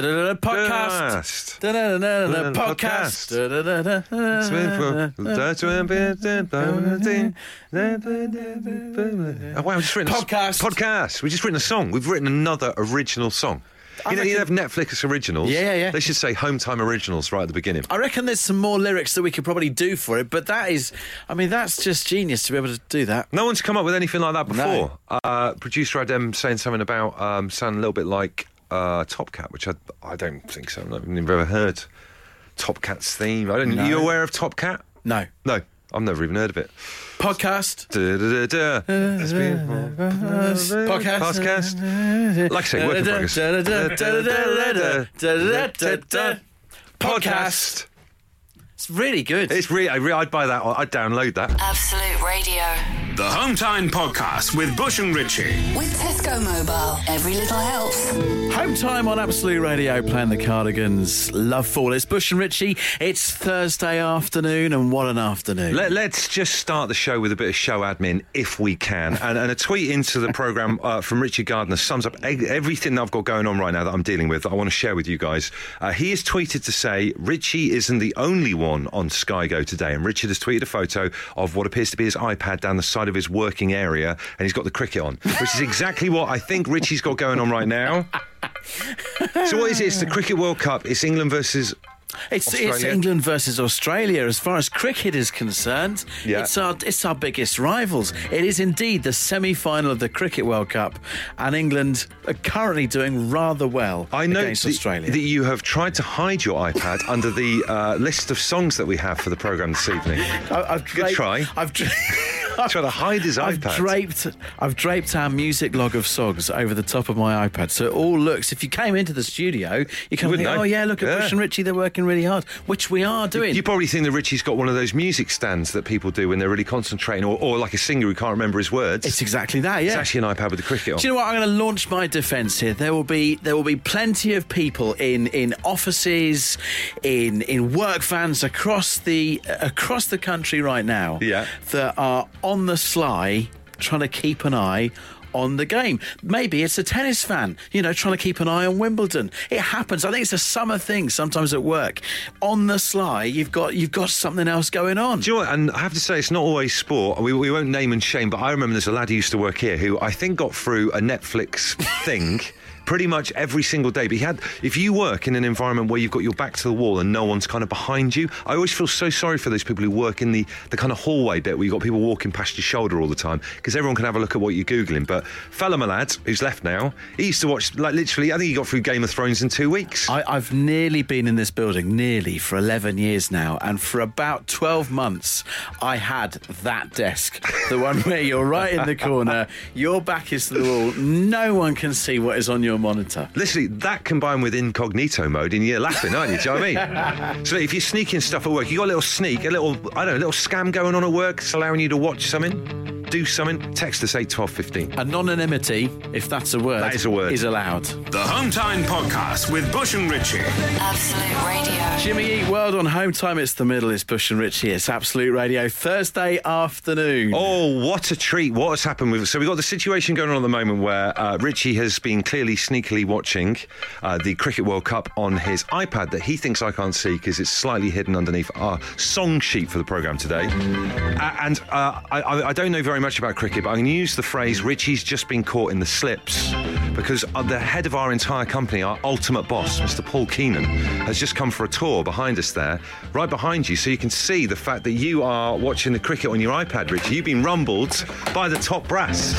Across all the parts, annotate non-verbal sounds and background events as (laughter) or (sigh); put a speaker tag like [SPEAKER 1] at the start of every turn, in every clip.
[SPEAKER 1] Podcast.
[SPEAKER 2] Podcast.
[SPEAKER 1] Podcast.
[SPEAKER 2] Oh, wow, we've just written a s-
[SPEAKER 1] Podcast.
[SPEAKER 2] podcast. We've just written a song. We've written another original song. You know, you have Netflix originals.
[SPEAKER 1] Yeah, yeah, yeah.
[SPEAKER 2] They should say home time originals right at the beginning.
[SPEAKER 1] I reckon there's some more lyrics that we could probably do for it, but that is, I mean, that's just genius to be able to do that.
[SPEAKER 2] No one's come up with anything like that before.
[SPEAKER 1] No.
[SPEAKER 2] Uh, producer Adam saying something about um, sound a little bit like uh, Top Cat, which I, I don't think so. I've never ever heard Top Cat's theme. I don't. Are you aware of Top Cat?
[SPEAKER 1] No.
[SPEAKER 2] No, I've never even heard of it.
[SPEAKER 1] Podcast.
[SPEAKER 2] Du-du-du-du. It's beautiful.
[SPEAKER 1] Podcast.
[SPEAKER 2] Podcast. Like I say, work in progress.
[SPEAKER 1] Podcast.
[SPEAKER 2] Podcast.
[SPEAKER 1] It's really good.
[SPEAKER 2] It's really, I re- I'd buy that. I'd download that.
[SPEAKER 3] Absolute Radio.
[SPEAKER 4] The Hometown Podcast with Bush and Ritchie.
[SPEAKER 3] With Tesco Mobile, every little helps.
[SPEAKER 1] Home time on Absolute Radio, playing the Cardigans. Love Fall. It's Bush and Richie. It's Thursday afternoon, and what an afternoon.
[SPEAKER 2] Let, let's just start the show with a bit of show admin, if we can. And, and a tweet into the program uh, from Richard Gardner sums up e- everything that I've got going on right now that I'm dealing with that I want to share with you guys. Uh, he has tweeted to say Richie isn't the only one on Sky Go today, and Richard has tweeted a photo of what appears to be his iPad down the side of his working area, and he's got the cricket on, which is exactly what I think Richie's got going on right now. (laughs) so what is it? It's the Cricket World Cup. It's England versus
[SPEAKER 1] it's, it's
[SPEAKER 2] Australia.
[SPEAKER 1] England versus Australia as far as cricket is concerned.
[SPEAKER 2] Yeah.
[SPEAKER 1] It's our it's our biggest rivals. It is indeed the semi-final of the Cricket World Cup, and England are currently doing rather well
[SPEAKER 2] I know
[SPEAKER 1] against
[SPEAKER 2] that,
[SPEAKER 1] Australia.
[SPEAKER 2] that you have tried to hide your iPad (laughs) under the uh, list of songs that we have for the programme this evening.
[SPEAKER 1] I, I've draped-
[SPEAKER 2] Good try.
[SPEAKER 1] I've
[SPEAKER 2] (laughs)
[SPEAKER 1] dra-
[SPEAKER 2] Try to hide his
[SPEAKER 1] I've
[SPEAKER 2] iPad.
[SPEAKER 1] draped. I've draped our music log of songs over the top of my iPad, so it all looks. If you came into the studio, you can
[SPEAKER 2] wouldn't
[SPEAKER 1] think,
[SPEAKER 2] know.
[SPEAKER 1] "Oh yeah, look at
[SPEAKER 2] Yeah.
[SPEAKER 1] Bush and Richie. They're working really hard," which we are doing.
[SPEAKER 2] You probably think that Richie's got one of those music stands that people do when they're really concentrating, or, or like a singer who can't remember his words.
[SPEAKER 1] it's exactly that. Yeah.
[SPEAKER 2] It's actually an iPad with the cricket on.
[SPEAKER 1] Do you know what? I'm going to launch my defence here. There will be there will be plenty of people in in offices, in in work vans across the uh, across the country right now.
[SPEAKER 2] Yeah.
[SPEAKER 1] that are on the sly trying to keep an eye. On the game. Maybe it's a tennis fan, you know, trying to keep an eye on Wimbledon. It happens. I think it's a summer thing sometimes at work. On the sly, you've got you've got something else going on.
[SPEAKER 2] Do you know what? And I have to say, it's not always sport. We, we won't name and shame, but I remember there's a lad who used to work here who I think got through a Netflix thing pretty much every single day. But he had, if you work in an environment where you've got your back to the wall and no one's kind of behind you, I always feel so sorry for those people who work in the, the kind of hallway bit where you've got people walking past your shoulder all the time because everyone can have a look at what you're Googling. But fella, my lad, who's left now, he used to watch, like literally, I think he got through Game of Thrones in two weeks.
[SPEAKER 1] I, I've nearly been in this building, nearly for 11 years now, and for about 12 months, I had that desk. The one where you're right in the corner, your back is to the wall, no one can see what is on your monitor.
[SPEAKER 2] Literally, that combined with incognito mode, and you're laughing, aren't you? Do you know what I mean? so if you're sneaking stuff at work, you got a little sneak, a little, I don't know, a little scam going on at work, it's allowing you to watch something, do something, text us 8 12 15.
[SPEAKER 1] Anonymity, if that's a word,
[SPEAKER 2] That is a word.
[SPEAKER 1] is allowed.
[SPEAKER 4] The Hometown Podcast with Bush and Ritchie.
[SPEAKER 3] Absolute Radio.
[SPEAKER 1] Jimmy Eat World on Home Time. It's the middle. It's Bush and Richie. It's Absolute Radio Thursday afternoon.
[SPEAKER 2] Oh, what a treat. What has happened with. So we've got the situation going on at the moment where uh, Richie has been clearly sneakily watching uh, the Cricket World Cup on his iPad that he thinks I can't see because it's slightly hidden underneath our song sheet for the programme today. Uh, and uh, I, I, I don't know very much about cricket, but I'm going to use the phrase Richie's just been caught in the slips because uh, the head of our entire company, our ultimate boss, Mr. Paul Keenan, has just come for a tour behind us there, right behind you, so you can see the fact that you are watching the cricket on your iPad, Richie. You've been rumbled by the top brass.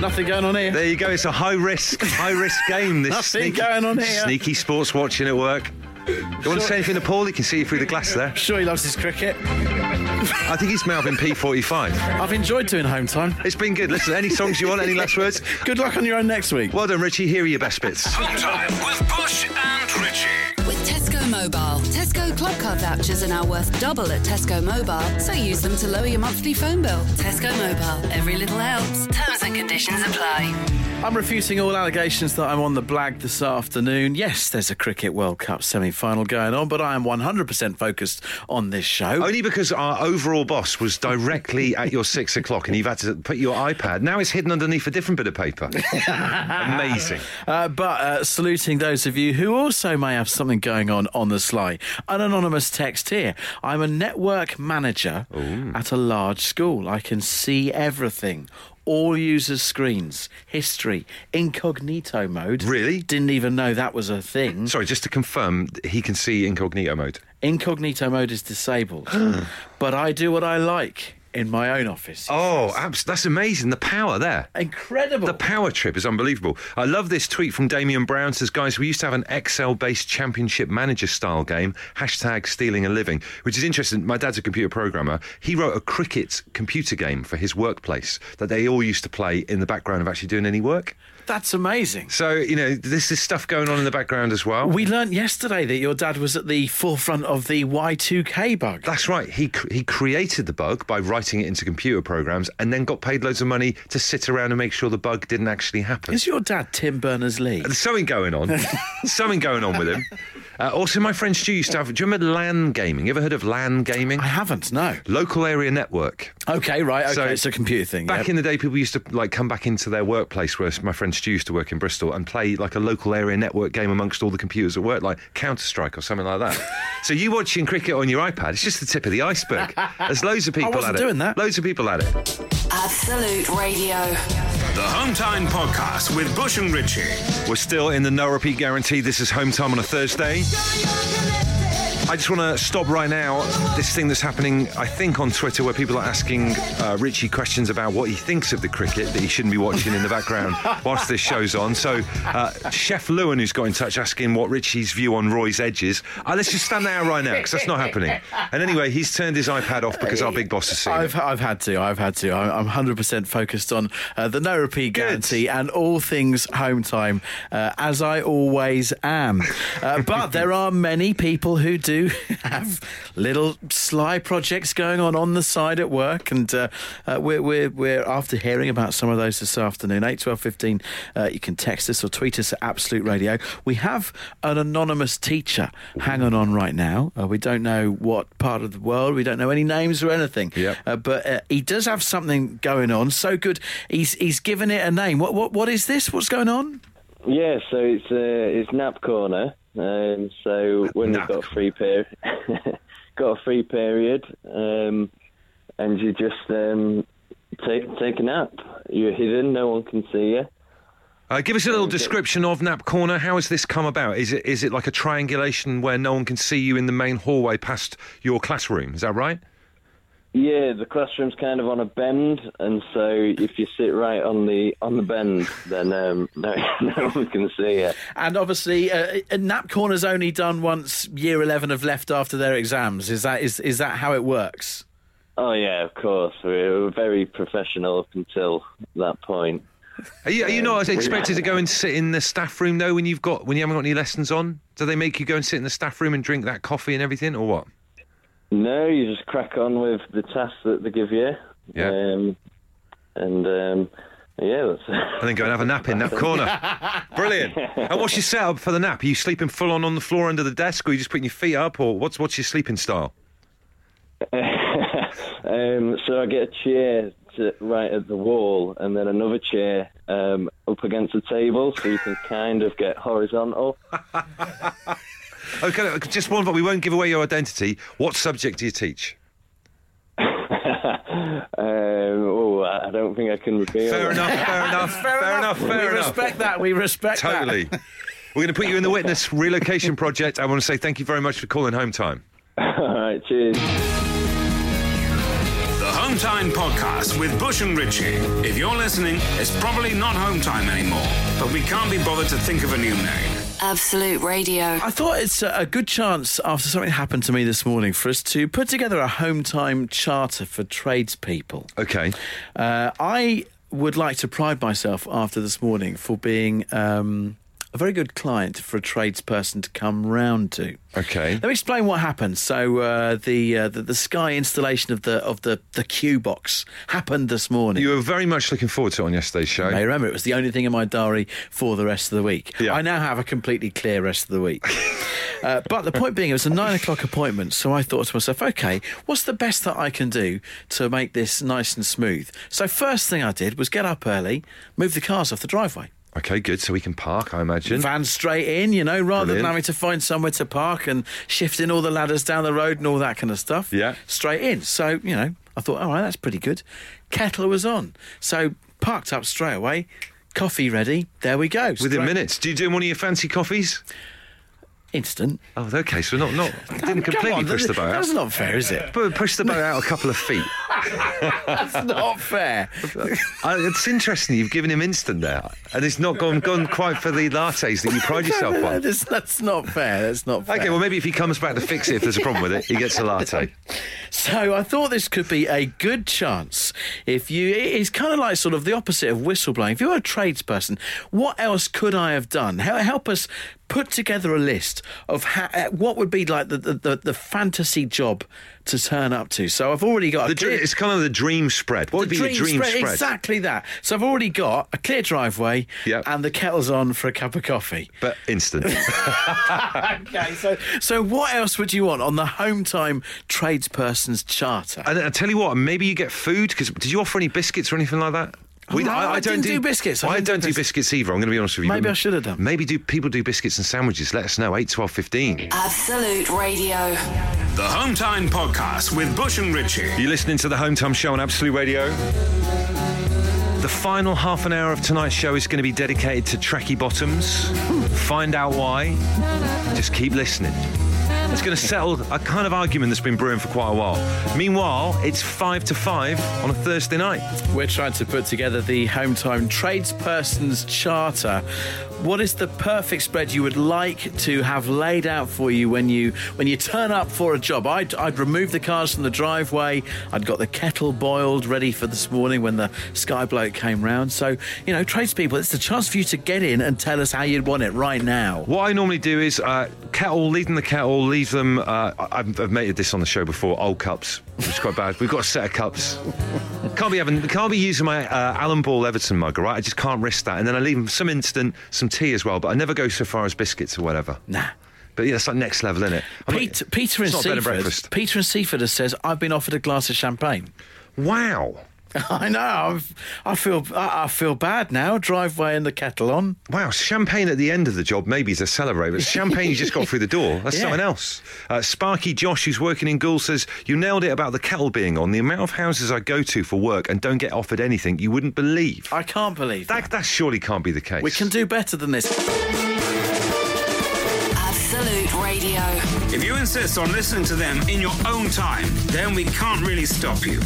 [SPEAKER 1] Nothing going on here.
[SPEAKER 2] There you go. It's a high risk, high risk game.
[SPEAKER 1] (laughs)
[SPEAKER 2] This
[SPEAKER 1] Nothing
[SPEAKER 2] sneaky,
[SPEAKER 1] going on here.
[SPEAKER 2] sneaky sports watching at work. You want to say anything to Paul? He can see you through the glass there.
[SPEAKER 1] Sure, he loves his cricket.
[SPEAKER 2] I think he's mouthing P45.
[SPEAKER 1] I've enjoyed doing Home Time.
[SPEAKER 2] It's been good. Listen, any songs you want, any last words?
[SPEAKER 1] Good luck on your own next week.
[SPEAKER 2] Well done, Richie. Here are your best bits.
[SPEAKER 4] Hometown with Bush and Ritchie.
[SPEAKER 3] With Tesco Mobile, Tesco Club Card vouchers are now worth double at Tesco Mobile, so use them to lower your monthly phone bill. Tesco Mobile, every little helps. Terms and conditions apply.
[SPEAKER 1] I'm refuting all allegations that I'm on the blag this afternoon. Yes, there's a Cricket World Cup semi final going on, but I am 100% focused on this show.
[SPEAKER 2] Only because our overall boss was directly at your six o'clock and you've had to put your iPad. Now it's hidden underneath a different bit of paper. Amazing.
[SPEAKER 1] Uh, but uh, saluting those of you who also may have something going on on the sly. An anonymous text here. I'm a network manager at a large school. I can see everything. All users' screens, history, incognito mode.
[SPEAKER 2] Really?
[SPEAKER 1] Didn't even know that was a thing.
[SPEAKER 2] Sorry, just to confirm, he can see incognito mode.
[SPEAKER 1] Incognito mode is disabled.
[SPEAKER 2] (gasps)
[SPEAKER 1] but I do what I like in my own office.
[SPEAKER 2] Oh, abs- that's amazing. The power there.
[SPEAKER 1] Incredible.
[SPEAKER 2] The power trip is unbelievable. I love this tweet from Damian Brown. Says, guys, we used to have an Excel based championship manager style game, hashtag stealing a living, which is interesting. My dad's a computer programmer. He wrote a cricket computer game for his workplace that they all used to play in the background of actually doing any work.
[SPEAKER 1] That's amazing.
[SPEAKER 2] So, you know, this is stuff going on in the background as well.
[SPEAKER 1] We learnt yesterday that your dad was at the forefront of the Y2K bug.
[SPEAKER 2] That's right. He cr- he created the bug by writing it into computer programs, and then got paid loads of money to sit around and make sure the bug didn't actually happen.
[SPEAKER 1] Is your dad Tim Berners Lee?
[SPEAKER 2] There's something
[SPEAKER 1] (laughs)
[SPEAKER 2] going on. something going on with him. Uh, also, my friend Stu used to have. Do you remember LAN gaming? You ever heard of LAN gaming?
[SPEAKER 1] I haven't, no.
[SPEAKER 2] Local area network.
[SPEAKER 1] Okay, right, okay,
[SPEAKER 2] So-
[SPEAKER 1] it's a computer thing.
[SPEAKER 2] Back
[SPEAKER 1] yeah.
[SPEAKER 2] in the day, people used to like come back into their workplace where my friend Stu used to work in Bristol and play like a local area network game amongst all the computers at work, like Counter Strike or something like that. so you watching cricket on your iPad? It's just the tip of the iceberg. There's loads
[SPEAKER 1] (laughs)
[SPEAKER 2] of people
[SPEAKER 1] wasn't
[SPEAKER 2] at
[SPEAKER 1] doing
[SPEAKER 2] it.
[SPEAKER 1] that.
[SPEAKER 2] Loads of people at it.
[SPEAKER 3] Absolute Radio.
[SPEAKER 4] The Hometown Podcast with Bush and Ritchie.
[SPEAKER 2] We're still in the no repeat guarantee. This is home time on a Thursday. I just want to stop right now. This thing that's happening, I think, on Twitter, where people are asking uh, Richie questions about what he thinks of the cricket that he shouldn't be watching in the background whilst this show's on. So, uh, Chef Lewin, who's got in touch, asking what Richie's view on Roy's edge is. Uh, let's just stand there right now because that's not happening. And anyway, he's turned his iPad off because our big boss has seen it.
[SPEAKER 1] I've, I've had to, I've had to. I'm, I'm 100% focused on uh, the no repeat guarantee and all things home time, uh, as I always am. Uh, but there are many people who do (laughs) have little sly projects going on on the side at work, and uh, uh, we're, we're, we're after hearing about some of those this afternoon. 8, 12, 15, uh, you can text us or tweet us at Absolute Radio. We have an anonymous teacher hanging on right now. Uh, we don't know what part of the world, we don't know any names or anything.
[SPEAKER 2] Yep.
[SPEAKER 1] Uh, but uh, he does have something going on. So good, he's he's given it a name. What what what is this? What's going on?
[SPEAKER 5] Yeah, so it's uh, it's nap corner. Um, so when
[SPEAKER 2] Nap
[SPEAKER 5] you've got a free period, (laughs) got a free period, um, and you just um, take take a nap. You're hidden; no one can see you.
[SPEAKER 2] Uh, give us a little description of Nap Corner. How has this come about? Is it is it like a triangulation where no one can see you in the main hallway past your classroom? Is that right?
[SPEAKER 5] Yeah, the classroom's kind of on a bend, and so if you sit right on the on the bend, then um, (laughs) no, no one can see you.
[SPEAKER 1] And obviously, uh, uh, nap corner's only done once. Year eleven have left after their exams. Is that is is that how it works?
[SPEAKER 5] Oh yeah, of course, we're, we're very professional up until that point.
[SPEAKER 2] Are you, are you
[SPEAKER 1] Um,
[SPEAKER 2] not expected to go and sit in the staff room though when you've got when you haven't got any lessons on? Do they make you go and sit in the staff room and drink that coffee and everything, or what?
[SPEAKER 5] No, you just crack on with the tasks that they give you.
[SPEAKER 2] Yeah.
[SPEAKER 5] Um, and um, yeah, that's
[SPEAKER 2] And then go and have a nap in
[SPEAKER 1] (laughs)
[SPEAKER 2] that corner. Brilliant. And what's your setup for the nap? Are you sleeping full on on the floor under the desk, or are you just putting your feet up, or what's what's your sleeping style?
[SPEAKER 5] (laughs) um, so I get a chair to, right at the wall, and then another chair um, up against the table, so you can kind of get horizontal.
[SPEAKER 2] Okay, just one, but we won't give away your identity. What subject do you teach?
[SPEAKER 5] um, oh, I I don't think I can reveal.
[SPEAKER 1] (laughs)
[SPEAKER 2] Fair
[SPEAKER 5] that.
[SPEAKER 2] enough. Fair enough. fair, enough.
[SPEAKER 1] we
[SPEAKER 2] Fair enough.
[SPEAKER 1] respect that. We respect that.
[SPEAKER 2] Totally. We're going to put you in the witness relocation project. I want to say thank you very much for calling home time.
[SPEAKER 5] (laughs) All right, cheers.
[SPEAKER 4] The Hometown Podcast with Bush and Ritchie. If you're listening, it's probably not Hometown anymore, but we can't be bothered to think of a new name.
[SPEAKER 3] Absolute Radio.
[SPEAKER 1] I thought it's a a good chance after something happened to me this morning for us to put together a home time charter for tradespeople.
[SPEAKER 2] Okay.
[SPEAKER 1] Uh, I would like to pride myself after this morning for being um, a very good client for a tradesperson to come round to.
[SPEAKER 2] Okay.
[SPEAKER 1] Let me explain what happened. So uh, the, uh, the the Sky installation of the of the the Q box happened this morning.
[SPEAKER 2] You were very much looking forward to it on yesterday's show.
[SPEAKER 1] I remember it was the only thing in my diary for the rest of the week.
[SPEAKER 2] Yeah.
[SPEAKER 1] I now have a completely clear rest of the week. Uh, but the point being, it was a nine o'clock appointment, so I thought to myself, okay, what's the best that I can do to make this nice and smooth? So, first thing I did was get up early, move the cars off the driveway.
[SPEAKER 2] Okay, good. So we can park, I imagine.
[SPEAKER 1] Van straight in, you know, rather
[SPEAKER 2] Brilliant.
[SPEAKER 1] than having to find somewhere to park and shifting all the ladders down the road and all that kind of stuff.
[SPEAKER 2] Yeah.
[SPEAKER 1] Straight in. So, you know, I thought, all right, that's pretty good. Kettle was on. So, parked up straight away, coffee ready. There we go.
[SPEAKER 2] Within
[SPEAKER 1] Straight-
[SPEAKER 2] minutes. Do you do one of your fancy coffees?
[SPEAKER 1] Instant.
[SPEAKER 2] Oh, okay. So
[SPEAKER 1] (laughs)
[SPEAKER 2] not not didn't completely
[SPEAKER 1] Come on,
[SPEAKER 2] push the
[SPEAKER 1] that-
[SPEAKER 2] boat out.
[SPEAKER 1] That's not fair, is it?
[SPEAKER 2] But push the boat out a couple
[SPEAKER 1] (laughs)
[SPEAKER 2] of feet.
[SPEAKER 1] That's not
[SPEAKER 2] (laughs)
[SPEAKER 1] fair.
[SPEAKER 2] Uh, it's interesting. You've given him instant there, and it's not gone gone quite for the lattes that
[SPEAKER 1] (laughs)
[SPEAKER 2] you pride yourself on.
[SPEAKER 1] That's, that's not fair. That's not fair.
[SPEAKER 2] Okay, well maybe if he comes back to fix it, if there's a problem with it, he gets
[SPEAKER 1] (laughs)
[SPEAKER 2] a latte.
[SPEAKER 1] So I thought this could be a good chance. If you, it- it's kind of like sort of the opposite of whistleblowing. If you're a tradesperson, what else could I have done? Hel- Help us put together a list of ha- uh, what would be like the, the, the, the fantasy job to turn up to. So I've already got
[SPEAKER 2] The
[SPEAKER 1] a
[SPEAKER 2] dr-
[SPEAKER 1] clear,
[SPEAKER 2] it's kind of the dream spread. What would be your dream spread?
[SPEAKER 1] exactly that. So I've already got a clear driveway
[SPEAKER 2] Yep.
[SPEAKER 1] and the kettle's on for a cup of
[SPEAKER 2] (laughs)
[SPEAKER 1] coffee.
[SPEAKER 2] But instant.
[SPEAKER 1] (laughs) Okay, so so what else would you want on the home time tradesperson's charter?
[SPEAKER 2] and I tell you what, maybe you get food because did you offer any biscuits or anything like that?
[SPEAKER 1] no, I didn't do biscuits. I
[SPEAKER 2] I
[SPEAKER 1] didn't
[SPEAKER 2] don't
[SPEAKER 1] do
[SPEAKER 2] do biscuits either. I'm going to be honest with you.
[SPEAKER 1] Maybe I should have done.
[SPEAKER 2] Maybe do people do biscuits and sandwiches? Let us know. 8, 12, 15.
[SPEAKER 3] Absolute Radio.
[SPEAKER 4] The Hometown Podcast with Bush and Ritchie.
[SPEAKER 2] You're listening to the Home Time Show on Absolute Radio. The final half an hour of tonight's show is going to be dedicated to Trekkie Bottoms. Find out why. Just keep listening. It's going to settle a kind of argument that's been brewing for quite a while. Meanwhile, it's five to five on a Thursday night.
[SPEAKER 1] We're trying to put together the home time tradesperson's charter. What is the perfect spread you would like to have laid out for you when you when you turn up for a job? I'd, I'd remove the cars from the driveway. I'd got the kettle boiled ready for this morning when the sky bloke came round. So you know, tradespeople, it's the chance for you to get in and tell us how you'd want it right now.
[SPEAKER 2] What I normally do is uh, kettle, leave them the kettle, leave them. Uh, I- I've, I've made this on the show before. Old cups, which is quite bad. We've got a set of cups. Can't be having, can't be using my uh, Alan Ball Everton mug, all right? I just can't risk that. And then I leave them some instant, some tea as well. But I never go so far as biscuits or whatever.
[SPEAKER 1] Nah.
[SPEAKER 2] But yeah, it's like next level, isn't it?
[SPEAKER 1] Peter, Peter and
[SPEAKER 2] it's not bed and
[SPEAKER 1] Seaford.
[SPEAKER 2] breakfast.
[SPEAKER 1] Peter and Seaford says, "I've been offered a glass of champagne."
[SPEAKER 2] Wow.
[SPEAKER 1] (laughs) I know. I'm, I feel I, I feel bad now. Driveway and the kettle on.
[SPEAKER 2] Wow, champagne at the end of the job maybe to celebrate, but champagne you just got through
[SPEAKER 1] (laughs)
[SPEAKER 2] the door. That's
[SPEAKER 1] Yeah.
[SPEAKER 2] something else. Uh, Sparky Josh, who's working in Gould, says, You nailed it about the kettle being on. The amount of houses I go to for work and don't get offered anything, you wouldn't believe.
[SPEAKER 1] I can't believe that.
[SPEAKER 2] That, that surely can't be the case.
[SPEAKER 1] We can do better than this.
[SPEAKER 3] Absolute Radio.
[SPEAKER 4] If you insist on listening to them in your own time, then we can't really stop you.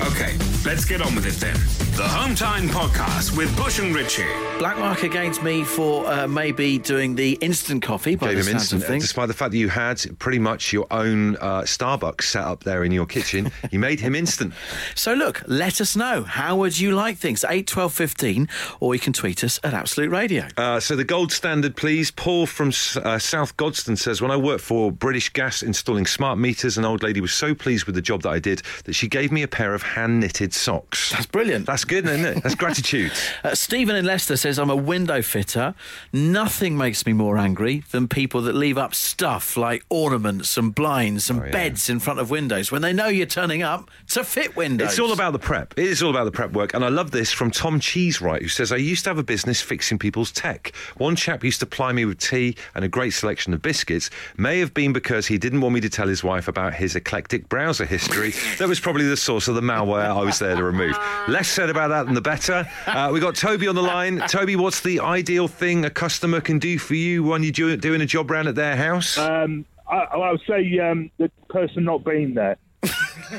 [SPEAKER 4] Okay, let's get on with it then. The Hometown Podcast with Bush and Ritchie.
[SPEAKER 1] Black mark against me for uh, maybe doing the instant coffee by
[SPEAKER 2] Gave
[SPEAKER 1] the
[SPEAKER 2] him
[SPEAKER 1] sounds
[SPEAKER 2] instant,
[SPEAKER 1] of things.
[SPEAKER 2] uh, despite the fact that you had pretty much your own uh, Starbucks set up there in your kitchen. you made him instant.
[SPEAKER 1] So look, let us know. How would you like things? 8, 12, 15, or you can tweet us at Absolute Radio.
[SPEAKER 2] Uh, so the gold standard, please. Paul from S- uh, South Godstone says, when I worked for British Gas installing smart meters, an old lady was so pleased with the job that I did that she gave me a pair of hand knitted socks.
[SPEAKER 1] That's brilliant.
[SPEAKER 2] That's good, isn't it? That's gratitude.
[SPEAKER 1] Uh, Stephen in Leicester says, I'm a window fitter. Nothing makes me more angry than people that leave up stuff like ornaments and blinds
[SPEAKER 2] Oh,
[SPEAKER 1] and beds in front of windows when they know you're turning up to fit windows.
[SPEAKER 2] It's all about the prep. It is all about the prep work. And I love this from Tom Cheesewright, who says, I used to have a business fixing people's tech. One chap used to ply me with tea and a great selection of biscuits. May have been because he didn't want me to tell his wife about his eclectic browser history. that was probably the source of the malware I was there to remove. Less said about that, than the better. Uh, we got Toby on the line. Toby, what's the ideal thing a customer can do for you when you're do- doing a job round at their house?
[SPEAKER 6] Um, I, I would say um, the person not being there.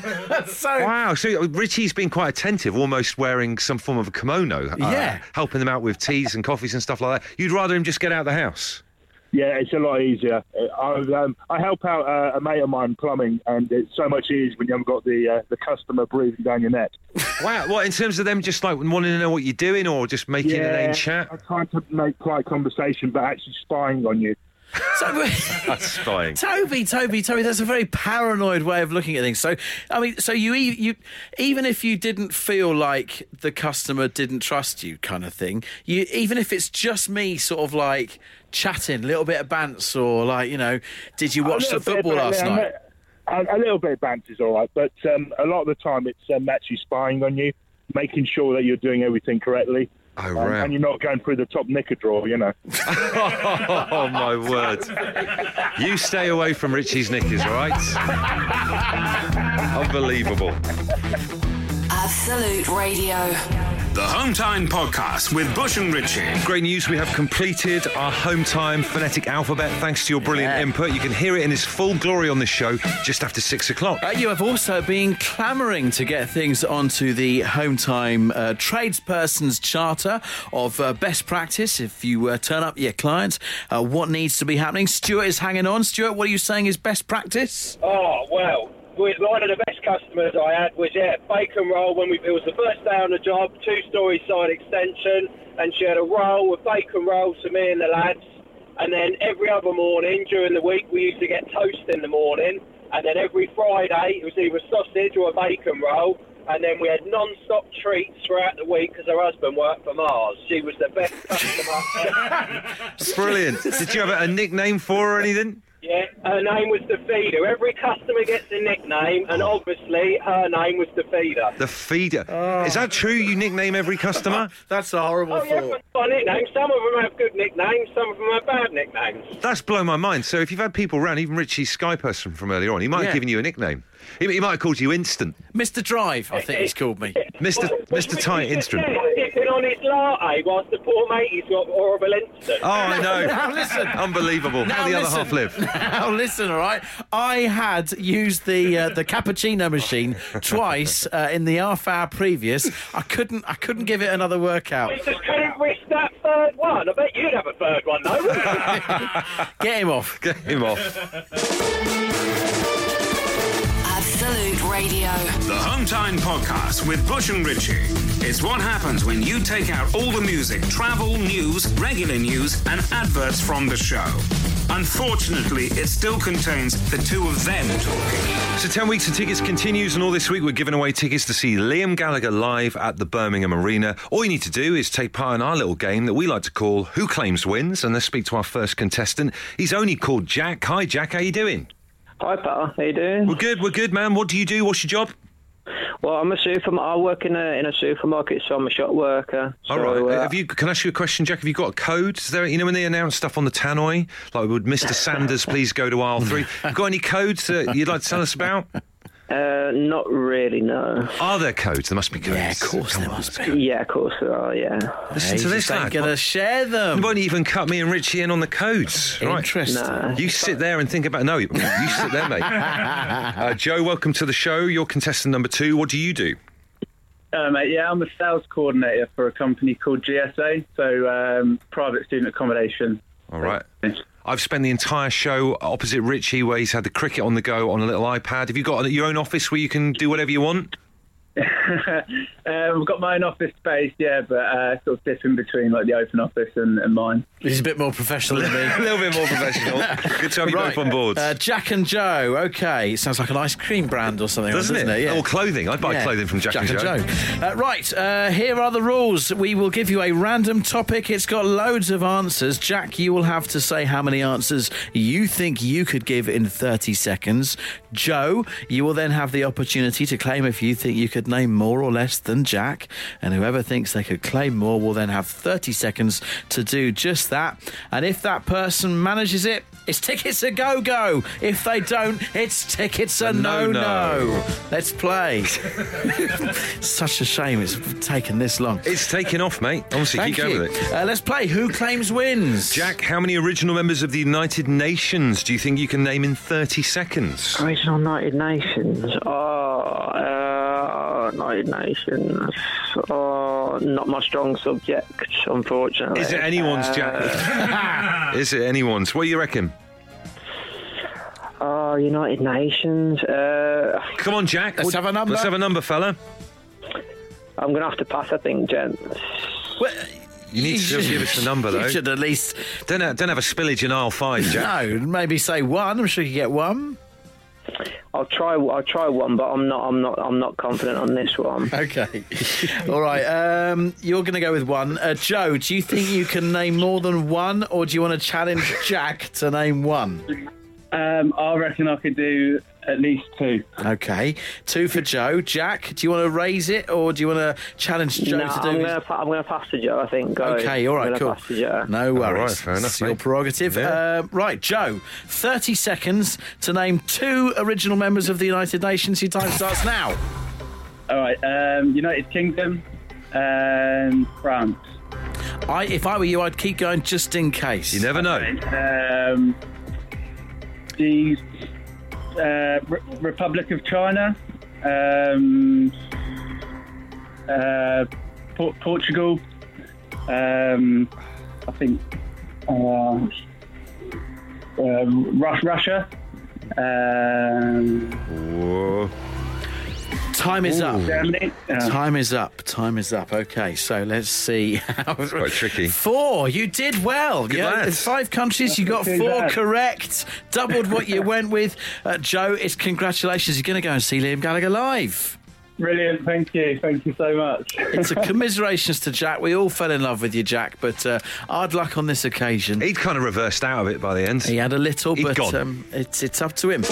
[SPEAKER 2] Wow. So Richie's been quite attentive, almost wearing some form of a kimono. uh,
[SPEAKER 1] Yeah.
[SPEAKER 2] Helping them out with teas and coffees and stuff like that. You'd rather him just get out of the house?
[SPEAKER 6] Yeah, it's a lot easier. I, um, I help out uh, a mate of mine plumbing, and it's so much easier when you haven't got the uh, the customer breathing down your neck.
[SPEAKER 2] Wow. What in terms of them just like wanting to know what you're doing or just making an aim
[SPEAKER 6] I'm
[SPEAKER 2] chat?
[SPEAKER 6] trying to make polite conversation, but actually spying on you.
[SPEAKER 2] (laughs)
[SPEAKER 1] So,
[SPEAKER 2] That's fine. (laughs)
[SPEAKER 1] Toby, Toby, Toby, that's a very paranoid way of looking at things. So, I mean, so you, e- you, even if you didn't feel like the customer didn't trust you, kind of thing, you, even if it's just me, sort of like chatting, a little bit of bants, or like, you know, did you watch
[SPEAKER 6] A
[SPEAKER 1] the
[SPEAKER 6] little bit,
[SPEAKER 1] football
[SPEAKER 6] but,
[SPEAKER 1] last
[SPEAKER 6] um,
[SPEAKER 1] night?
[SPEAKER 6] A, a little bit of bant is all right, but um, a lot of the time it's um, actually spying on you, making sure that you're doing everything correctly.
[SPEAKER 2] Oh,
[SPEAKER 6] um,
[SPEAKER 2] right.
[SPEAKER 6] and you're not going through the top knicker drawer, you know.
[SPEAKER 2] Oh my word! You stay away from Richie's knickers, all right? Unbelievable.
[SPEAKER 3] Absolute Radio.
[SPEAKER 4] The Hometown Podcast with Bush and Ritchie.
[SPEAKER 2] Great news, we have completed our home time phonetic alphabet thanks to your brilliant
[SPEAKER 1] Yeah.
[SPEAKER 2] input. You can hear it in its full glory on this show just after six o'clock.
[SPEAKER 1] Uh, you have also been clamouring to get things onto the home time uh, tradesperson's charter of uh, best practice. If you uh, turn up your clients, uh, what needs to be happening? Stuart is hanging on. Stuart, what are you saying is best practice?
[SPEAKER 7] Oh, well, we, one of the best customers I had was yeah, bacon roll when we, it was the first day on the job, two-storey side extension, and she had a roll with bacon roll to me and the lads. And then every other morning during the week, we used to get toast in the morning. And then every Friday, it was either sausage or a bacon roll. And then we had non-stop treats throughout the week because her husband worked for Mars. She was the best
[SPEAKER 1] (laughs)
[SPEAKER 7] customer.
[SPEAKER 2] Brilliant. Did you have a nickname for her or anything?
[SPEAKER 7] Yeah, her name was the feeder. Every customer gets a nickname, and obviously her name was the feeder.
[SPEAKER 2] The feeder.
[SPEAKER 1] Ah.
[SPEAKER 2] Is that true? You nickname every customer?
[SPEAKER 1] That's a horrible
[SPEAKER 7] Oh, yeah, everyone's got a nickname. Some of them have good nicknames, some of them have bad nicknames.
[SPEAKER 2] That's blown my mind. So if you've had people round, even Richie's Sky person from earlier on, he might
[SPEAKER 1] Yeah.
[SPEAKER 2] have given you a nickname. He, he might have called you Instant.
[SPEAKER 1] Mr. Drive, I think he's called me.
[SPEAKER 2] Mr. Mr. Tight Instant.
[SPEAKER 7] Sipping on his latte whilst the poor mate's got horrible instant.
[SPEAKER 2] Oh, I
[SPEAKER 1] (laughs)
[SPEAKER 2] know.
[SPEAKER 1] Now listen.
[SPEAKER 2] Unbelievable.
[SPEAKER 1] Now
[SPEAKER 2] (laughs) How the
[SPEAKER 1] listen.
[SPEAKER 2] other half live.
[SPEAKER 1] (laughs)
[SPEAKER 2] (laughs)
[SPEAKER 1] Now listen, all right. I had used the uh, the cappuccino machine twice uh, in the half hour previous. I couldn't I couldn't give it another workout.
[SPEAKER 7] We just couldn't risk that third one. I bet you'd have a third one, though. wouldn't you?
[SPEAKER 2] (laughs)
[SPEAKER 1] Get him off.
[SPEAKER 2] Get him off.
[SPEAKER 3] Absolute Radio.
[SPEAKER 4] The Hometown Podcast with Bush and Ritchie. It's what happens when you take out all the music, travel, news, regular news, and adverts from the show. Unfortunately, it still contains the two of them talking.
[SPEAKER 2] So 10 weeks of tickets continues, and all this week we're giving away tickets to see Liam Gallagher live at the Birmingham Arena. All you need to do is take part in our little game that we like to call Who Claims Wins, and let's speak to our first contestant. He's only called Jack. Hi, Jack. How you doing?
[SPEAKER 5] Hi, pal. How you doing?
[SPEAKER 2] We're good. We're good, man. What do you do? What's your job?
[SPEAKER 5] Well, I'm a super. I work in a in a supermarket, so I'm a shop worker. So,
[SPEAKER 2] All right.
[SPEAKER 5] uh,
[SPEAKER 2] Have you? Can I ask you a question, Jack? Have you got a code? Is there, you know, when they announce stuff on the tannoy, like would Mr. Sanders please go to
[SPEAKER 1] (laughs)
[SPEAKER 2] aisle three? You got any codes that you'd like to tell us about?
[SPEAKER 5] Uh, not really. No.
[SPEAKER 2] Are there codes? There must be codes.
[SPEAKER 1] Yeah, of course there must be.
[SPEAKER 5] Yeah, of course there are. Yeah.
[SPEAKER 2] Listen
[SPEAKER 1] He's
[SPEAKER 2] to this,
[SPEAKER 1] just ain't
[SPEAKER 2] lad.
[SPEAKER 1] gonna share them.
[SPEAKER 2] You won't even cut me and Richie in on the codes. Right.
[SPEAKER 1] Interesting.
[SPEAKER 5] Nah.
[SPEAKER 2] You sit there and think about. No, you you sit there, mate. Uh, Joe, welcome to the show. You're contestant number two. What do you do?
[SPEAKER 8] Uh, mate, yeah, I'm a sales coordinator for a company called GSA, so um, private student accommodation.
[SPEAKER 2] All right. I've spent the entire show opposite Richie, where he's had the cricket on the go on a little iPad. Have you got your own office where you can do whatever you want?
[SPEAKER 8] Um, I've got my own office space, yeah, but uh, sort of dip in between like the open office and, and mine.
[SPEAKER 1] He's a bit more professional than
[SPEAKER 2] a (laughs)
[SPEAKER 1] me.
[SPEAKER 2] little bit more professional. Good to have you
[SPEAKER 1] Right.
[SPEAKER 2] both on board.
[SPEAKER 1] Uh, Jack and Joe. Okay, sounds like an ice cream brand or something,
[SPEAKER 2] doesn't, it?
[SPEAKER 1] Yeah.
[SPEAKER 2] Or clothing. I'd buy
[SPEAKER 1] Yeah.
[SPEAKER 2] clothing from Jack, and, Joe.
[SPEAKER 1] Uh, right, uh, here are the rules. We will give you a random topic. It's got loads of answers. Jack, you will have to say how many answers you think you could give in 30 seconds. Joe, you will then have the opportunity to claim if you think you could name more or less than Jack. And whoever thinks they could claim more will then have 30 seconds to do just that. And if that person manages it, it's tickets a go go. If they don't, it's tickets a no
[SPEAKER 2] no-no.
[SPEAKER 1] no. Let's play. Such a shame it's taken this long.
[SPEAKER 2] It's taking off, mate. Honestly,
[SPEAKER 1] Thank
[SPEAKER 2] keep going
[SPEAKER 1] you.
[SPEAKER 2] with it.
[SPEAKER 1] Uh, let's play Who Claims Wins.
[SPEAKER 2] Jack, how many original members of the United Nations do you think you can name in 30 seconds?
[SPEAKER 5] Original United Nations. Oh, uh, United Nations. Oh, not my strong subject, unfortunately.
[SPEAKER 2] Is it anyone's,
[SPEAKER 5] Uh,
[SPEAKER 2] Jack?
[SPEAKER 4] Ah.
[SPEAKER 2] (laughs) Is it anyone's? What do you reckon?
[SPEAKER 9] Oh, United Nations. Uh,
[SPEAKER 2] Come on, Jack.
[SPEAKER 1] Let's
[SPEAKER 2] What-
[SPEAKER 1] have a number.
[SPEAKER 2] Let's have a number, fella.
[SPEAKER 9] I'm going to have to pass, I think, gents.
[SPEAKER 1] Well,
[SPEAKER 2] You need to still give us the number, though.
[SPEAKER 1] You should at least.
[SPEAKER 2] Don't have, don't have a spillage in aisle five,
[SPEAKER 1] (laughs)
[SPEAKER 2] Jack.
[SPEAKER 1] No, maybe say one. I'm sure you get one.
[SPEAKER 9] I'll try. I'll try one, but I'm not. I'm not. I'm not confident on this one.
[SPEAKER 2] (laughs)
[SPEAKER 1] Okay. All right. Um, you're going to go with one. Uh, Joe, do you think you can name more than one, or do you want to challenge Jack to name one?
[SPEAKER 8] Um, I reckon I could do at least two.
[SPEAKER 1] Okay. Two for Joe. Jack, do you want to raise it, or do you want to challenge Joe
[SPEAKER 9] no,
[SPEAKER 1] to do
[SPEAKER 9] I'm
[SPEAKER 1] his-
[SPEAKER 9] going to. I'm going to pass to Joe. I think. Go.
[SPEAKER 1] Okay, all
[SPEAKER 9] I'm gonna
[SPEAKER 1] right, cool.
[SPEAKER 9] Pass to Joe.
[SPEAKER 1] No worries.
[SPEAKER 2] right, fair enough,
[SPEAKER 1] It's your
[SPEAKER 2] mate.
[SPEAKER 1] prerogative.
[SPEAKER 2] Yeah.
[SPEAKER 1] Um, right, Joe, 30 seconds to name two original members of the United Nations. Your time starts now.
[SPEAKER 8] All right. Um, United Kingdom, um, France.
[SPEAKER 1] I, if I were you, I'd keep going just in case.
[SPEAKER 2] You never know.
[SPEAKER 8] Um, the uh, Re- Republic of China. Um, uh, Por- Portugal. Um, I think. Uh, uh, Rus- Russia. Um,
[SPEAKER 2] Whoa.
[SPEAKER 1] Time is up.
[SPEAKER 8] Germany. Uh,
[SPEAKER 1] Time is up. Time is up. Okay, so let's see. (laughs) How... It's
[SPEAKER 2] quite tricky.
[SPEAKER 1] Four. You did well.
[SPEAKER 2] Good
[SPEAKER 1] yeah,
[SPEAKER 2] lads.
[SPEAKER 1] in five countries. You got
[SPEAKER 8] too
[SPEAKER 1] four
[SPEAKER 8] bad.
[SPEAKER 1] correct. Doubled what
[SPEAKER 8] (laughs)
[SPEAKER 1] you went with. Uh, Joe, it's congratulations. You're going to go and see Liam Gallagher live.
[SPEAKER 8] Brilliant. Thank you. Thank you so much.
[SPEAKER 1] It's a commiserations to Jack. We all fell in love with you, Jack, but uh, hard luck on this occasion.
[SPEAKER 2] He'd kind of reversed out of it by the end.
[SPEAKER 1] He had a little,
[SPEAKER 2] He'd
[SPEAKER 1] but
[SPEAKER 2] gone.
[SPEAKER 1] um, it's it's up to him.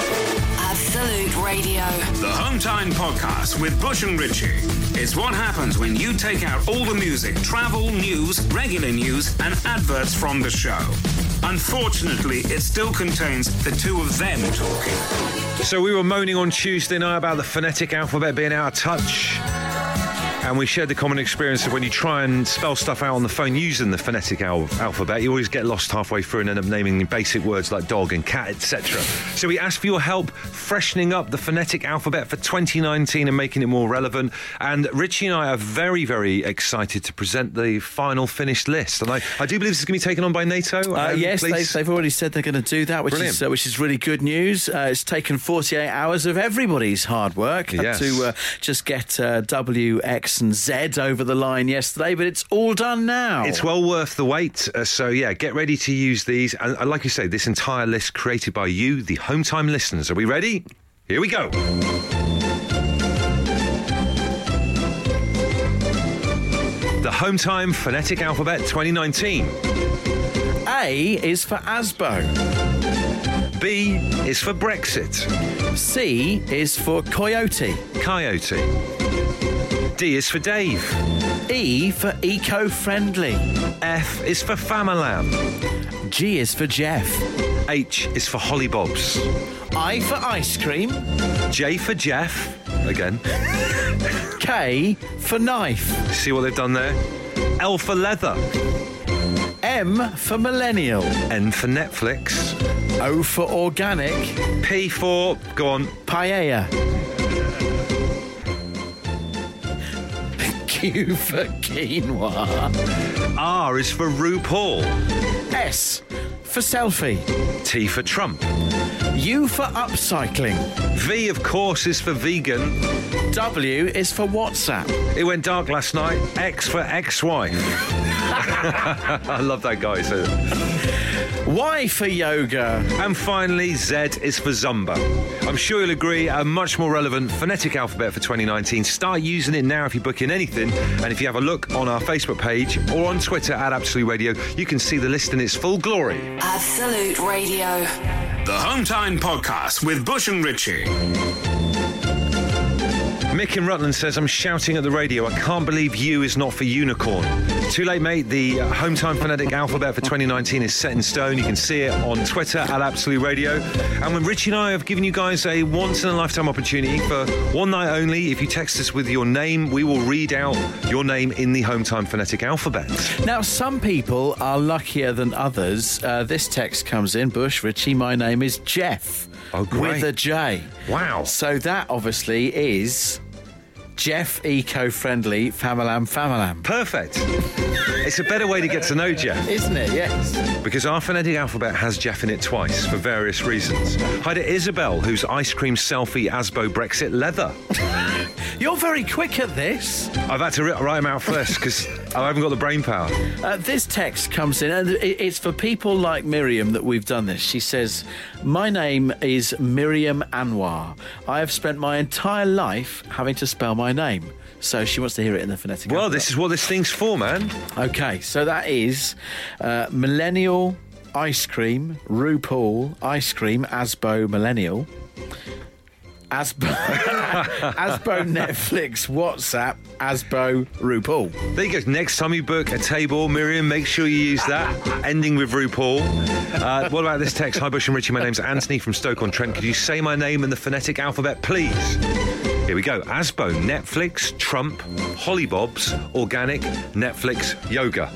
[SPEAKER 3] Absolute Radio.
[SPEAKER 4] The Hometown Podcast with Bush and Ritchie. It's what happens when you take out all the music, travel, news, regular news, and adverts from the show. Unfortunately, it still contains the two of them talking.
[SPEAKER 2] So we were moaning on Tuesday night about the phonetic alphabet being out of touch. And we shared the common experience of when you try and spell stuff out on the phone using the phonetic al- alphabet, you always get lost halfway through and end up naming basic words like dog and cat, etc. So we asked for your help freshening up the phonetic alphabet for 2019 and making it more relevant. And Richie and I are very, very excited to present the final finished list. And I, I do believe this is going to be taken on by NATO.
[SPEAKER 1] Uh,
[SPEAKER 2] um,
[SPEAKER 1] yes, they,
[SPEAKER 2] please.
[SPEAKER 1] they've already said they're going to do that, which
[SPEAKER 2] Brilliant.
[SPEAKER 1] is uh, which is really good news. Uh, it's taken 48 hours of everybody's hard work Had
[SPEAKER 2] Yes.
[SPEAKER 1] to uh, just get uh, W, X, and Z over the line yesterday, but it's all done now.
[SPEAKER 2] It's well worth the wait. Uh, so, yeah, get ready to use these. And uh, like you say, this entire list created by you, the home time listeners. Are we ready? Here we go. The Home Time Phonetic Alphabet 2019.
[SPEAKER 1] A is for Asbo,
[SPEAKER 2] B is for Brexit.
[SPEAKER 1] C is for Coyote,
[SPEAKER 2] Coyote. D is for Dave.
[SPEAKER 1] E for Eco-Friendly,
[SPEAKER 2] F is for Famalam.
[SPEAKER 1] G is for Jeff,
[SPEAKER 2] H is for Hollybobs.
[SPEAKER 1] I for Ice Cream,
[SPEAKER 2] J for Jeff. Again. (laughs)
[SPEAKER 1] K for Knife,
[SPEAKER 2] See what they've done there? L for Leather.
[SPEAKER 1] M for Millennial,
[SPEAKER 2] N for Netflix.
[SPEAKER 1] O for Organic,
[SPEAKER 2] P for go on.
[SPEAKER 1] Paella. (laughs) Q for quinoa.
[SPEAKER 2] R is for RuPaul.
[SPEAKER 1] S for selfie.
[SPEAKER 2] T for Trump.
[SPEAKER 1] U for upcycling.
[SPEAKER 2] V of course is for vegan.
[SPEAKER 1] W is for WhatsApp.
[SPEAKER 2] It went dark last night. X for ex-wife. (laughs) I love that guy. So.
[SPEAKER 1] Y for yoga.
[SPEAKER 2] And finally, Z is for Zumba. I'm sure you'll agree, a much more relevant phonetic alphabet for 2019. Start using it now if you book in anything. And if you have a look on our Facebook page or on Twitter at Absolute Radio, you can see the list in its full glory.
[SPEAKER 3] Absolute Radio.
[SPEAKER 4] The Hometown Podcast with Bush and Ritchie.
[SPEAKER 2] Mick in Rutland says, I'm shouting at the radio, I can't believe you is not for unicorn. Too late, mate. The uh, Hometown Phonetic Alphabet for 2019 is set in stone. You can see it on Twitter at Absolute Radio. And when Richie and I have given you guys a once in a lifetime opportunity for one night only, if you text us with your name, we will read out your name in the Hometown Phonetic Alphabet.
[SPEAKER 1] Now, some people are luckier than others. Uh, this text comes in Bush, Richie, my name is Jeff.
[SPEAKER 2] Oh, great.
[SPEAKER 1] With a J.
[SPEAKER 2] Wow.
[SPEAKER 1] So that obviously is Jeff Eco Friendly Famalam Famalam.
[SPEAKER 2] Perfect. It's a better way to get to know Jeff
[SPEAKER 1] Isn't it? Yes.
[SPEAKER 2] because our phonetic alphabet has Jeff in it twice for various reasons. Hi to Isabel, who's ice cream selfie Asbo Brexit leather.
[SPEAKER 1] You're very quick at this.
[SPEAKER 2] I've had to ri- write them out first because I haven't got the brain power.
[SPEAKER 1] Uh, this text comes in, and it- it's for people like Miriam that we've done this. She says, My name is Miriam Anwar. I have spent my entire life having to spell my name. So she wants to hear it in the phonetic
[SPEAKER 2] Well,
[SPEAKER 1] alphabet.
[SPEAKER 2] this is what this thing's for, man.
[SPEAKER 1] Okay, so that is uh, Millennial Ice Cream, RuPaul Ice Cream, Asbo Millennial. Asbo, (laughs) Asbo Netflix, WhatsApp, Asbo RuPaul.
[SPEAKER 2] There you go. Next time you book a table, Miriam, make sure you use that. Ending with RuPaul. Uh, what about this text? Hi, Bush and Richie. My name's Anthony from Stoke on Trent. Could you say my name in the phonetic alphabet, please? Here we go. Asbo, Netflix, Trump, Hollybobs, Organic, Netflix, Yoga.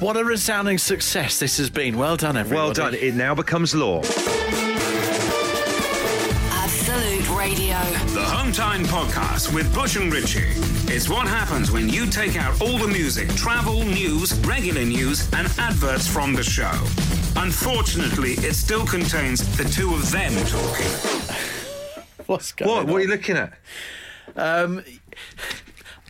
[SPEAKER 1] What a resounding success this has been. Well done, everyone.
[SPEAKER 2] Well done. It now becomes law.
[SPEAKER 3] Absolute Radio.
[SPEAKER 4] The Hometown Podcast with Bush and Ritchie. It's what happens when you take out all the music, travel, news, regular news, and adverts from the show. Unfortunately, it still contains the two of them talking.
[SPEAKER 1] (laughs) What's going
[SPEAKER 2] What?
[SPEAKER 1] on?
[SPEAKER 2] What are you looking at?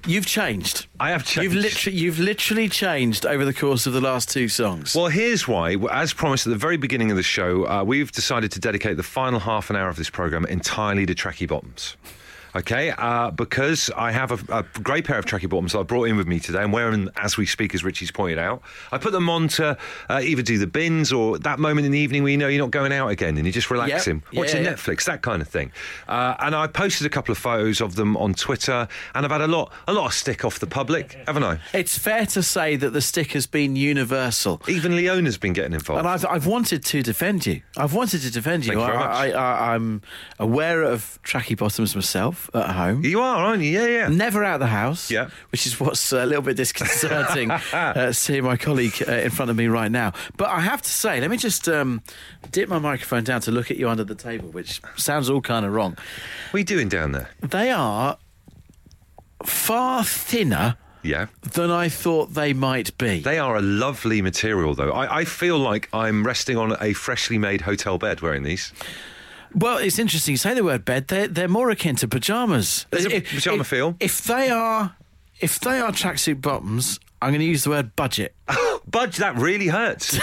[SPEAKER 1] You've changed.
[SPEAKER 2] I have changed.
[SPEAKER 1] You've literally, you've literally changed over the course of the last two songs.
[SPEAKER 2] Well, here's why. As promised at the very beginning of the show, uh, we've decided to dedicate the final half an hour of this program entirely to tracky bottoms. Okay, uh, because I have a, a grey pair of tracky bottoms that I brought in with me today and wearing as we speak, as Richie's pointed out. I put them on to uh, either do the bins or that moment in the evening where you know you're not going out again and you're just relaxing,
[SPEAKER 1] Yeah,
[SPEAKER 2] watching
[SPEAKER 1] yeah.
[SPEAKER 2] Netflix, that kind of thing. Uh, and I posted a couple of photos of them on Twitter, and I've had a lot, a lot of stick off the public, haven't I?
[SPEAKER 1] it's fair to say that the stick has been universal.
[SPEAKER 2] Even Leona's been getting involved.
[SPEAKER 1] And I've, I've wanted to defend you. I've wanted to defend you.
[SPEAKER 2] Thank you very
[SPEAKER 1] I, I, I, I'm aware of tracky bottoms myself at home.
[SPEAKER 2] you are, aren't you? Yeah, yeah.
[SPEAKER 1] Never out of the house,
[SPEAKER 2] Yeah.
[SPEAKER 1] which is what's a little bit
[SPEAKER 2] (laughs)
[SPEAKER 1] disconcerting uh, seeing my colleague uh, in front of me right now. But I have to say, let me just um, dip my microphone down to look at you under the table, which sounds all kind of wrong.
[SPEAKER 2] What are you doing down there?
[SPEAKER 1] They are far thinner
[SPEAKER 2] Yeah.
[SPEAKER 1] than I thought they might be.
[SPEAKER 2] They are a lovely material, though. I, I feel like I'm resting on a freshly made hotel bed wearing these.
[SPEAKER 1] Well, it's interesting you say the word bed. They're, they're more akin to pajamas.
[SPEAKER 2] There's a pyjama
[SPEAKER 1] if,
[SPEAKER 2] feel.
[SPEAKER 1] If they are, if they are tracksuit bottoms, I'm going to use the word budget.
[SPEAKER 2] Budge, that
[SPEAKER 1] (laughs)
[SPEAKER 2] really hurts. Do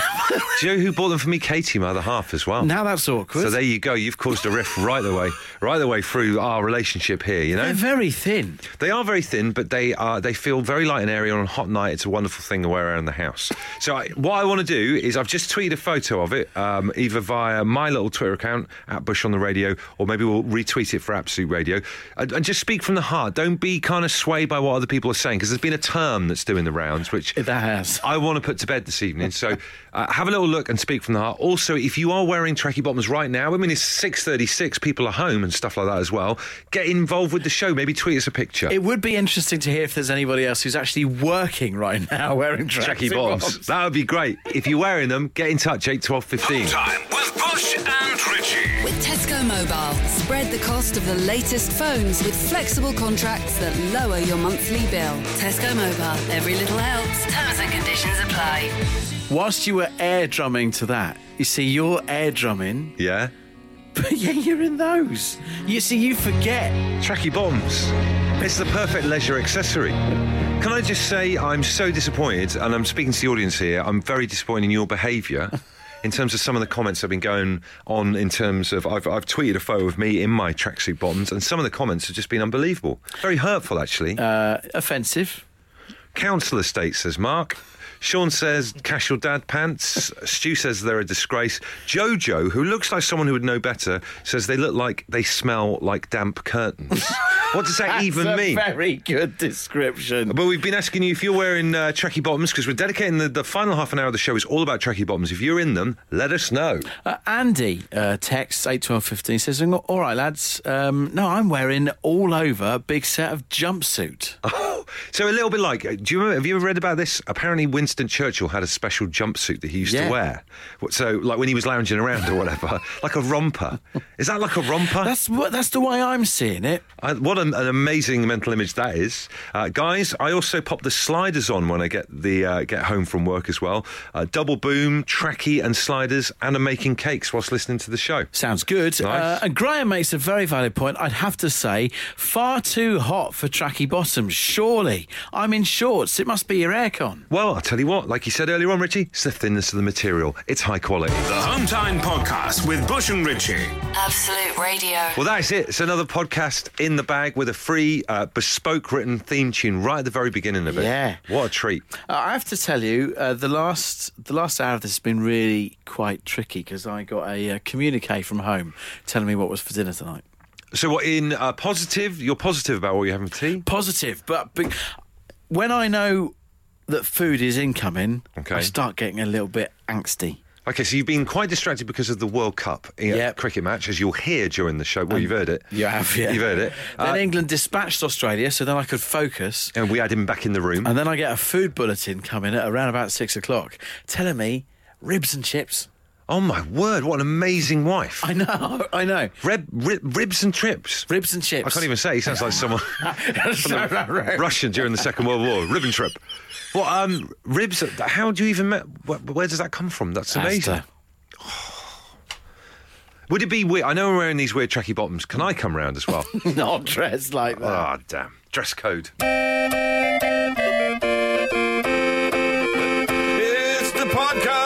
[SPEAKER 2] you know who bought them for me? Katie, my other half, as well.
[SPEAKER 1] Now that's awkward.
[SPEAKER 2] So there you go. You've caused a rift right the way, right the way through our relationship here. You know,
[SPEAKER 1] they're very thin.
[SPEAKER 2] They are very thin, but they are they feel very light and airy on a hot night. It's a wonderful thing to wear around the house. So I, what I want to do is I've just tweeted a photo of it, um, either via my little Twitter account at Bush on the Radio, or maybe we'll retweet it for Absolute Radio, and, and just speak from the heart. Don't be kind of swayed by what other people are saying because there's been a term that's doing the rounds, which
[SPEAKER 1] That has.
[SPEAKER 2] I want to put to bed this evening. So uh, have a little look and speak from the heart. Also, if you are wearing tracky bottoms right now, I mean it's six thirty-six. People are home and stuff like that as well. Get involved with the show. Maybe tweet us a picture.
[SPEAKER 1] It would be interesting to hear if there's anybody else who's actually working right (laughs) now wearing tracksuit
[SPEAKER 2] Jackie Bottoms. That would be great. If you're wearing them, get in touch, 8 12
[SPEAKER 4] (laughs)
[SPEAKER 2] 15.
[SPEAKER 4] Time with Bush and Ritchie.
[SPEAKER 3] With Tesco Mobile, spread the cost of the latest phones with flexible contracts that lower your monthly bill. Tesco Mobile, every little helps. Terms and conditions apply.
[SPEAKER 1] Whilst you were air drumming to that, you see, you're air drumming, (laughs)
[SPEAKER 2] Yeah?
[SPEAKER 1] but yeah, you're in those. You see, you forget.
[SPEAKER 2] Tracky Bottoms. It's the perfect leisure accessory. Can I just say I'm so disappointed, and I'm speaking to the audience here, I'm very disappointed in your behaviour. In terms of some of the comments that have been going on, in terms of I've, I've tweeted a photo of me in my tracksuit bottoms, and some of the comments have just been unbelievable. Very hurtful, actually.
[SPEAKER 1] Uh, offensive.
[SPEAKER 2] Council estate, says Mark. Sean says, cash your dad pants. Stu says they're a disgrace. Jojo, who looks like someone who would know better, says they look like they smell like
[SPEAKER 1] (laughs)
[SPEAKER 2] damp curtains. what does that
[SPEAKER 1] That's
[SPEAKER 2] even
[SPEAKER 1] a
[SPEAKER 2] mean?
[SPEAKER 1] Very good description.
[SPEAKER 2] But we've been asking you if you're wearing uh, tracky bottoms because we're dedicating the, the final half an hour of the show is all about tracky bottoms. If you're in them, let us know.
[SPEAKER 1] Uh, Andy uh, texts eight twelve fifteen says, "All right, lads. Um, no, I'm wearing all over a big set of jumpsuit. Oh.
[SPEAKER 2] Oh, uh, So a little bit like, do you remember, have you ever read about this? Apparently, Win- Winston Churchill had a special jumpsuit that he used
[SPEAKER 1] Yeah.
[SPEAKER 2] to wear. What- So, like when he was lounging around or whatever, (laughs) like a romper. Is that like a romper?
[SPEAKER 1] That's what. That's the way I'm seeing it.
[SPEAKER 2] I, what an, an amazing mental image that is, uh, guys! I also pop the sliders on when I get the uh, get home from work as well. Uh, double boom, tracky, and sliders, and I'm making cakes whilst listening to the show.
[SPEAKER 1] Sounds good. Uh,
[SPEAKER 2] Nice.
[SPEAKER 1] and Graham makes a very valid point. I'd have to say, far too hot for tracky bottoms. Surely, I'm in shorts. It must be your aircon.
[SPEAKER 2] Well, I'll tell you what, like you said earlier on, Richie, it's the thinness of the material. It's high quality.
[SPEAKER 4] The Hometown Podcast with Bush and Ritchie.
[SPEAKER 3] Absolute Radio.
[SPEAKER 2] Well, that's it. It's another podcast in the bag with a free, uh, bespoke written theme tune right at the very beginning of it.
[SPEAKER 1] Yeah.
[SPEAKER 2] What a treat.
[SPEAKER 1] Uh, I have to tell you, uh, the last the last hour of this has been really quite tricky because I got a uh, communique from home telling me what was for dinner tonight.
[SPEAKER 2] So, what in uh, positive? You're positive about what you're having for tea?
[SPEAKER 1] Positive, but, but when I know that food is incoming,
[SPEAKER 2] Okay.
[SPEAKER 1] I start getting a little bit angsty.
[SPEAKER 2] Okay, so you've been quite distracted because of the World Cup uh,
[SPEAKER 1] Yep. Um,
[SPEAKER 2] cricket match, as you'll hear during the show. Well, you've heard it.
[SPEAKER 1] You have, (laughs) yeah.
[SPEAKER 2] You've heard it.
[SPEAKER 1] Then
[SPEAKER 2] Uh,
[SPEAKER 1] England dispatched Australia, so then I could focus.
[SPEAKER 2] and we had him back in the room.
[SPEAKER 1] And then I get a food bulletin coming at around about six o'clock telling me ribs and chips. (laughs)
[SPEAKER 2] oh, my word, what an amazing wife.
[SPEAKER 1] I know, I know.
[SPEAKER 2] Rib, rib, ribs and trips.
[SPEAKER 1] Ribs and chips.
[SPEAKER 2] I can't even say. He
[SPEAKER 1] (laughs)
[SPEAKER 2] sounds like someone
[SPEAKER 1] Right, right,
[SPEAKER 2] (laughs)
[SPEAKER 1] right.
[SPEAKER 2] Russian during the Second World War. Ribbon trip. Well, um, ribs. How do you even? ma- Where, where does that come from? That's amazing.
[SPEAKER 1] Asda.
[SPEAKER 2] Would it be weird? I know I'm wearing these weird tracky bottoms. Can I come round as well?
[SPEAKER 1] (laughs) Not dressed like that.
[SPEAKER 2] Ah, damn. Dress code. It's the podcast.